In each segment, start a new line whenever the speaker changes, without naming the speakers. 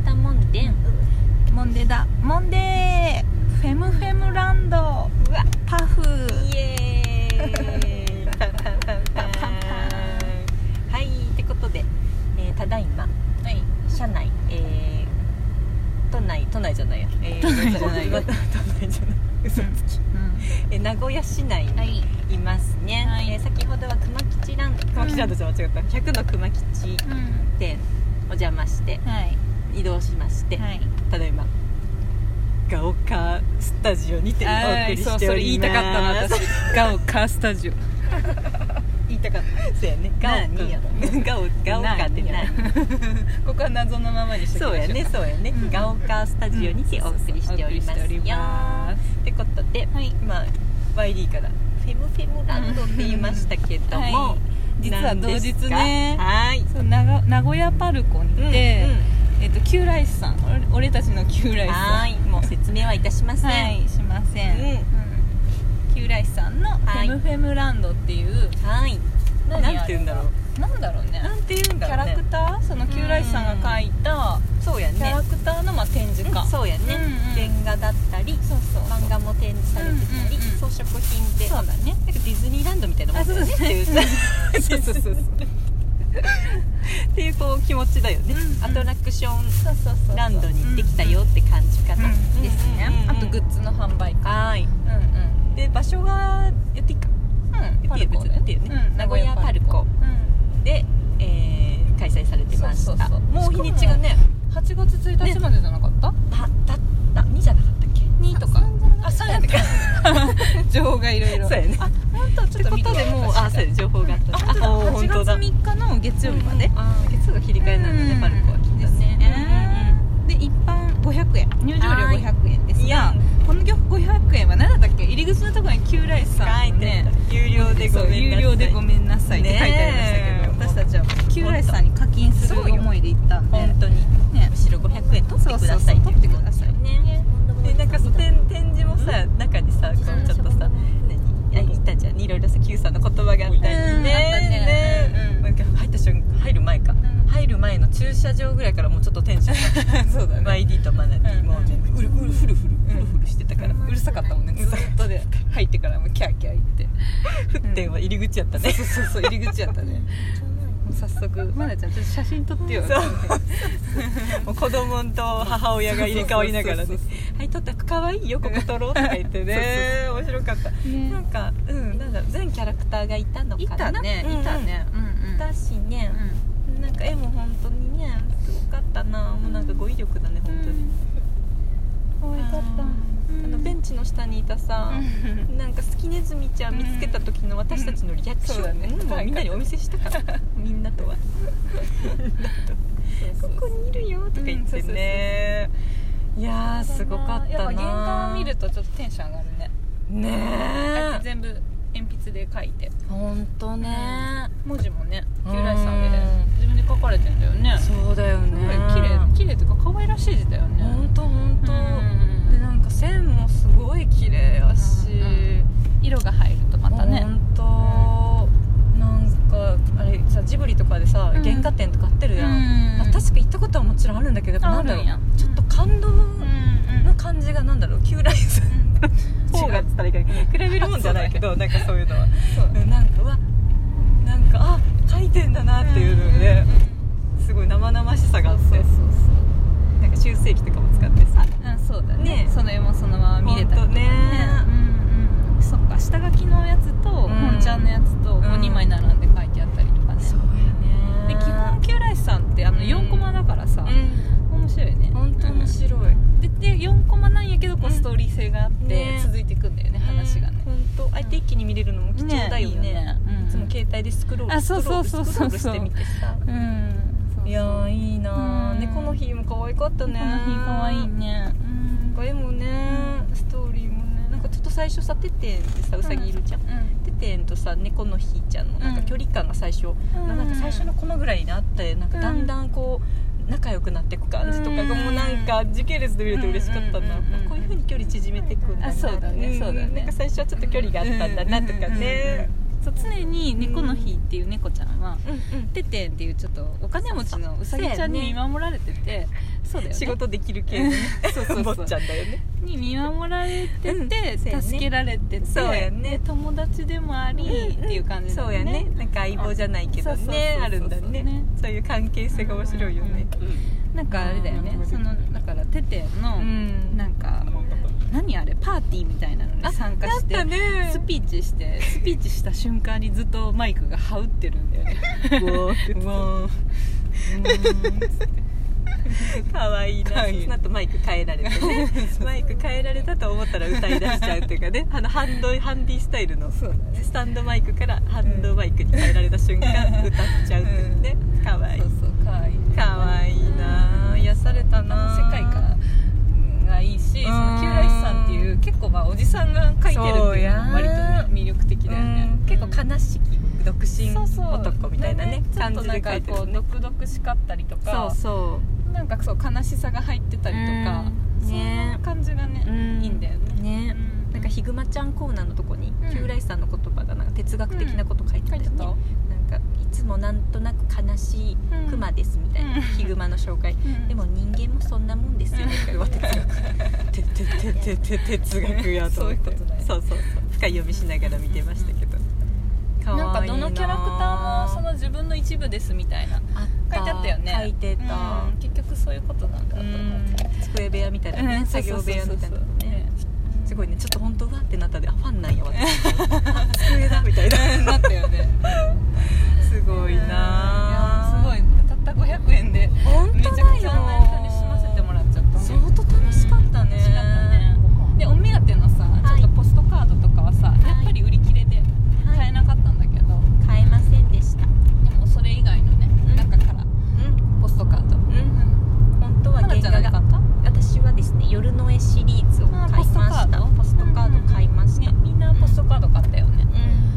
でん
モンデだモンデーフェムフェムランドうわパフ
イエーイパンパンパンパン
パンパン
はいってことで、えーただいま
はい
車内、えー都内都内じゃないや、えー
都内じゃな
都内じ
い
ゃない嘘つきえー名古屋市内
うん、は
に
い
いますね、
はい
えー先ほどは熊吉ランド熊吉ランドじゃ間違った、100の熊吉
うん
店お邪魔して
はい
移動しまして、
はい
ただいまガオカスタジオにてお送り
そう
して
そ
お
れ言
り
いた
ます
かったな私ガオカースタジオ
言いたかったそうやねガオ
何やろ
ガオガオカってない
ここは謎のままにして
そうやねそうやね、
うん
ガオカスタジオにてお送りしておりますよ、
お送りしております
ってことで、
はい
まあ YD からフェムフェムランドって言いましたけども、
はい実は同日ね
なんですか
そう名が名古屋パルコに
はーい、
て、
うんうん
えっと旧来市さん俺俺たちの旧来市さん
はーいもう説明はいたしません、
はいしません、
うん
うん、旧来市さんのフ
はい
ェムフェムランドっていう、
はい
何
なん
あ
て言
れ
うんだろう
なんだろうね
なんて言うん
キ
だ
ャ
ろう
ラ
ね
クターその旧来市さんが描いた
そうや
キャ
ね
ラクターのまあ展示
うん
か、
そうやね、
うんうん
原画だったり
そうそう
漫画も展示されてたり、
うんうんうん
装飾品で
そうだね
なんかディズニーランドみたいなもんだよね
あそうですね
っていうそうそうそうそうっていうこう気持ちだよね、
うんうん
アトラクション
そうそうそう
ランドに行ってきたよって感じか
うん
な、
うんですね、あとグ
ッ
ッズの販売
ズ
か
はーい
うんうん
で場所はやっていいか
うん
やっていいよ別にやっていいよね、名古屋パルコ
うん
で、えー開催されてました
そうそうそう
もう日にちがね
8月1日までじゃなかった、
だだった2じゃなかったっけ
2とかあ3やったか情報がいろいろ
そうやね
あ本当ちょっと見て
ってことでもうあそうや情報があった
あ
あ
本当だ8
本
月3日の月曜日まで、
うんあー月が切り替えなんだね
うん
パルコはきっと
です
ね
ねで一般500円入場料
はい
500円です
いや
がこの500円は何だったっけ入り口のところに旧来さ
書い
んの
て
ね
有料でご
そう
めんなさい
有料でごめんなさいって書いてありまし
ねえ
たけど、私たちは旧来さんに課金する思いで行ったんで
本当に
ね
後ろ500円取ってください
そうそうそう取ってください
ねでなんかそう展展示もさ中にさこうちょっとさ何あいたじゃんいろいろさ Q さんの言葉があったりね
うんあったねうん
なんか入った瞬間入る前か
ん
入る前の駐車場ぐらいからもうちょっとテンションが
そうだ
YD とマナティも
うん
うるうるふるふるふるふるしてたから
うるさかったもんねずっとで入ってからもキャーキャー言って
沸点は入り口やったね
そうそうそう入り口やったねもう早速まなちゃんちょっと写真撮ってよ
そうもう子供と母親が入れ替わりながら
そう
ね
そうそう
「はい撮ったかわいいよここ撮ろう」とか言って ね面白かった、
ね
なんかうんなんだろう全キャラクターがいたの
い
かな
たね
うんうん
いたねうんうん
いたしね、なんか絵も本当にねすごかったなもうなんか語彙力だね本当に、
可愛かった
あのベンチの下にいたさ、なんかスキネズミちゃん見つけた時の私たちのリアクシ
うんそう
ョ
だ
ン、
ね
うんもうみんなにお見せしたから みんなとはここにいるよとか言ってね、いやーすごかったな
やっぱ原画を見るとちょっとテンション上がるね
ねえ
全部鉛筆で書いて
本当ね、
文字もね
う
旧
ん
来さんで自分で書かれてんだよね
そうだよ
すごい
ね
綺麗綺麗というか可愛らしい字だよね
本当本当
うん
でなんか線もすごい綺麗やし、
うんうん色が入るとまたね
本当なんかあれさジブリとかでさ、
うん
原画展とかやってるやん、あ
あ
確か行ったことはもちろんあるんだけどやっぱなんだろう
あるんや
ちょっと感動
うん
の
うん
感じがなんだろう旧来さん方がっつったらいいかない比べるもんじゃないけどなんかそういうのは
そう
うんなんかうわなんかあ書いてんだなっていうので、ねすごい生々しさがあってなんか修正器とかも使ってさ
うんそうだね
ね
その絵もそのまま見れたり
ほ
とか
んとね
うんうんそっか下書きのやつと
ん
本ちゃんのやつと
うん
2枚並んで書いてあったりとかね
や
で基本旧来さんってあの4コマだからさ面白いね
本当面白い、
でで4コマなんやけどこ
うん
うストーリー性があって
ね
続いていくんだよね話がね
本当相手一気に見れるのも貴重だよね
ねいいよねうん
いつも携帯でスクロール
あそうそうそうそうそう
スクロールしてみてさ
うんそうそう
いやーいいなー
うん
猫の日も可愛かった
こ
ね
の日可愛いねう
な
ん
んか絵もねストーリーもねなんかちょっと最初さテテンってさうさぎいるじゃん、テテンとさ猫の日ちゃんのなんか
うん
距離感が最初、
うん
なんか最初のコマぐらいにあってなんかだんだんこう仲良くなっていく感じとかが、
うん
もうなんか時系列で見ると嬉しかったな、
うんうんうんうん
こういう風に距離縮めていくんだな
あそうだね
ん
そうだね
なんか最初はちょっと距離があったんだなとかね、
うんうんうんうんそう常に猫の日っていう猫ちゃんは、てってんっていうちょっとお金持ちのうさぎちゃんに見守られててそうだよね
仕事できる系のね
そうそうそ
坊
う
っちゃんだよね
に見守られてて、
そうやね
助けられてて
そうやね
で友達でもあり、っていう感じだ
そ
よ
うやねなんか相棒じゃないけど
そうそうそう
ね
そう
あるんだねそういう関係性が面白いよね
なんかあれだよねそのだからててんの、
うん
なんか何あれパーティーみたいなのに参加して
あなったね
スピーチしてスピーチした瞬間にずっとマイクが羽打ってるんだよね
もうもうかわいい
可
な
愛い
その後マイク変えられ てねマイク変えられたと思ったら歌い出しちゃうっていうか ねあのハンドハンディスタイルの
そうだね
スタンドマイクからハンドマイクに変えられた瞬間歌っちゃうっていうねかわいい
そうそうかわいいね
かわいいな癒された
あの
な
世界観がいいしその旧来さんっていう結構まあおじさんが書いてるっていうの
そうや
も割と魅力的だよね
うん結構悲しき独身
そうそう
男みたいなね
ちょっ
感
と
じ
なん
で書
か
いて
こ
る
う毒々しかったりとか
そ
なんかそう悲しさが入ってたりとか、
うんね
そんな感じがね、
うん
いいんだよね
ね
う
なんかひぐまちゃんコーナーのとこに
うん
旧来さんの言葉がなんか哲学的なこと書いて
書
た
い
よ
て
ね、
た、
なんかいつもなんとなく悲しいクマですみたいな、
うん
ヒグマの紹介でも人間もそんなもんですよねうわ哲学ててててて哲学やと思って
そういうことだよ
そうそうそう深い読みしながら見てましたけど、可愛
なんか
い
どのキャラクターもその自分の一部ですみたいな
あ
書いてあったよね
書いてた
うん、結局そういうことなんだと思って
机部屋みたいなね、作業部屋みたいなねすごいねちょっと本当うわってなったであファンなんや私あ机だみたいな
なった よね
すごいな
うんいやすごいたった500円で
すごい本
めち
当
ゃく
だ
ち
よ
ゃあんな人に済ませてもらっちゃったね
相当楽しかったね,、
楽しかったねでお目当てのさ、
はい
ちょっとポストカードとかはさ、
い
やっぱり売り切れで買えなかったんだけど、
買えませんでした
でもそれ以外のね、
ん
中から
うん
ポストカード、う
うん本当は
花
原
ちゃん
画
なか
が
った
私はですね夜の絵シリーズを買いました
あポストカード
ポストカード買いました、
ね、みんなポストカード買ったよね、
うん
うん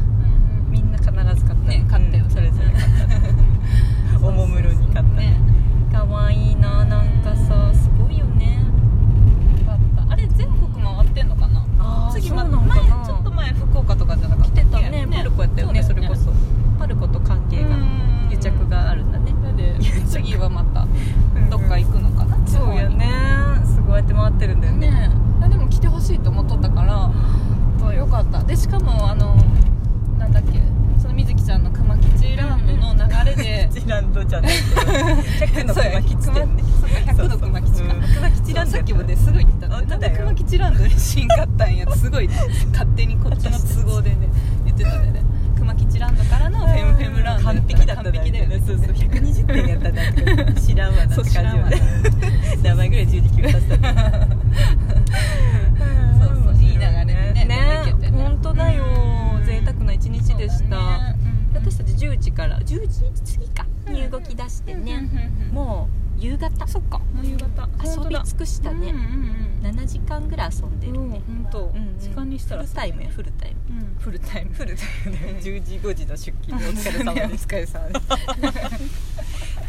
みんな必ず買った
ね買ったよ
うんそれぞれ買った おもむろに買った
ね
かわいいななんかさすごいよね
よかったあれ全国回ってんのかな
あ
次ま
ま
前ちょっと前福岡とかじゃなかっ
来
た
てたねパルコやったよねそれこそパルコと関係が癒着があるんだね
で 次はまたどっか行くのかな地
そう
方
や
に
ねすごいやって回ってるんだよね
ねえあでも来てほしいと思っとったからよかったでしかもあのなんだっけそのみずきちゃんの熊吉ランドの流れで
チランドじゃないけど100の熊吉店ね
そうや100の熊吉か
うん熊吉ランド
さ
やった
っきもねすごい言ってたの
本
な
当
ん
だ
で
よ
熊吉ランドにしんかったんやってすごい勝手にこっちの都合でね言ってたんだよね熊吉ランドからのフェムフェムランドや
完
った
璧だ
ら
った
完璧だよね
そうそう120点やったんだけど知らんわなって感じよね名前ぐらい自由に決めさせたから
そうそういい流れでねできてね
本当だよ
うん
贅沢な一日でし
そうだ
た
ねうん
私たち10時から10時過ぎか
うん
に動き出してね
も
もう夕方
うそっかもう夕方
遊び尽くした
うん
ね7時間ぐらい遊んで
うん
る
うん
ね
本当
うんうん
時間にしたら
フルタイムやフルタイム
うんフルタイム
フルタイム ね10時5時の出勤でお疲れ様 です
疲れ様です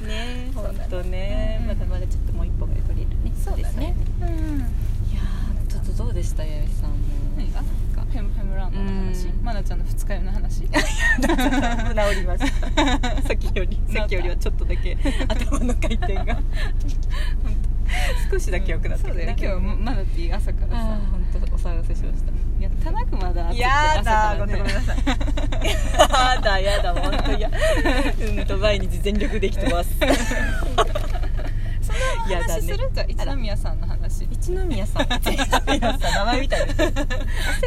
ね
そうだね
本当ね
うん
まだまだちょっともう一本が取れるね
そうだね
いやーちょっとどうでした八重さんも
何が
か
フェムフェムランドの話
うん
まなちゃんの二日酔いの話
治りましたさっきよ り
治った
さっきよりはちょっとだけ 頭の回転が少しだけ良くなった
そうだよね今日
も
マナティー朝からさ
本当お騒がせしました
いや田中まだ
やだ
朝か
ご
ら
めん
ね
なさ いやだやだ本当やうんと毎日全力できてます
その
やだ
話
ね
するじゃん一宮さんの話
一宮さん 一宮さん名前みたいなそう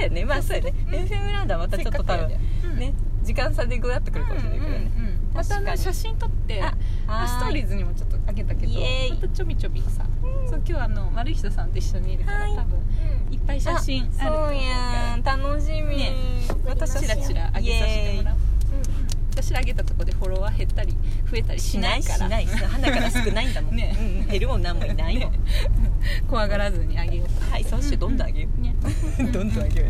やねまあそうやね FM ランダーまたちょっと多分ね時間差でグワッとくるかもしれないけどね
また
確か
ね
に
写真撮って
あ
まあストーリーズにもちょっとあげたけど
イエーイ
またちょびちょびさ、そう今日あの丸人さんと一緒にいるから、
はい
多分いっぱい写真あると思う
そうや
か
ん楽しみ、
ね
私
ら
は
チラチラ上げさせてもらおう、うん私ら上げたとこでフォロワー減ったり増えたりしないから
しないしない花から少ないんだもん
ね
うんうん減るもんなんもいないもん、
ね怖がらずにあげよう
はいそうしてどんどんあげよう、
ね
どんどんあげよ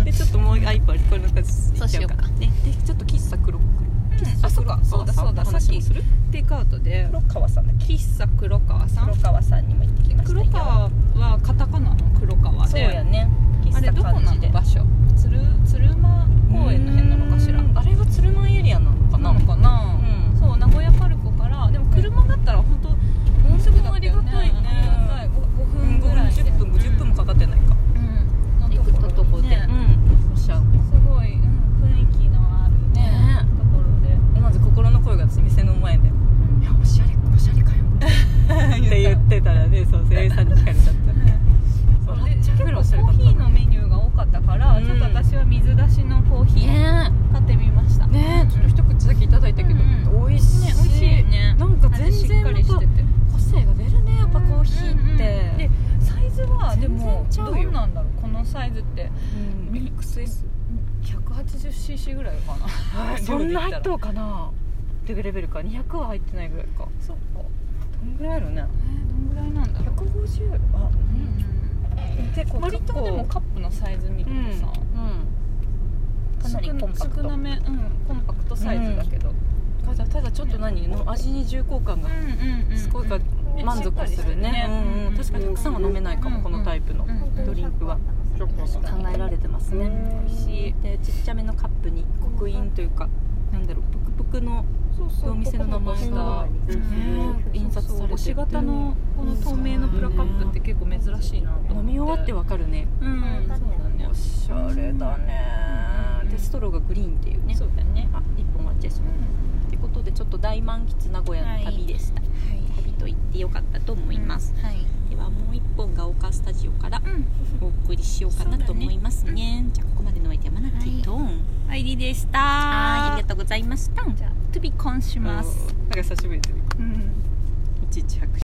う でちょっともう一本これの数
そうしようか
ねでちょっと喫茶黒黒
あそうかそうだそうださっき
する
テイクアウトで
黒川さんだっけ
喫茶黒川さん
川さんにも行ってきま
黒川はカタカナの黒川で
そうやね
あれどこなの場所鶴鶴間公園の辺なのかしら
ちゃうよ
どうなんだろうこのサイズって
うん、XS
180cc ぐらいかな
そんな入っとうかなっていうレベルか200は入ってないぐらいか
そっか
どんぐらいのね
えーどんぐらいなんだろう、
150あ
うん、でこう
割と
でもカップのサイズ見ると
か
さ、
なりコンパク
少
ト
なめ、うん、コンパクトサイズだけど、
ただただちょっと何の味に重厚感が
ん
すごいから満足するねうんうん確かにたくさんは飲めないか
う
も
ん
このタイプの
うん
ドリンクは
ちょっと
考えられてますね
美味しい
でちっちゃめのカップに刻印というかなんだろうプクプクのお店の名前がね印刷されてて
星型のこの透明のプラカップって結構珍しいなと思って
飲み終わってわかるね
うんそうだね
おしゃれだ
うん
ねでストローがグリーンっていうね
そうだね
あ一本割っちゃいそうってことでちょっと大満喫名古屋の旅でした、旅と言ってよかったと思います、
はい
ではもう一本が丘スタジオからお送りしようかなと思いますねじゃあここまでのお相手はマナティーと、はい、
入りでした
ありがとうございました
じゃあトゥビコンします
なんか久しぶりに
うん
いちいち拍手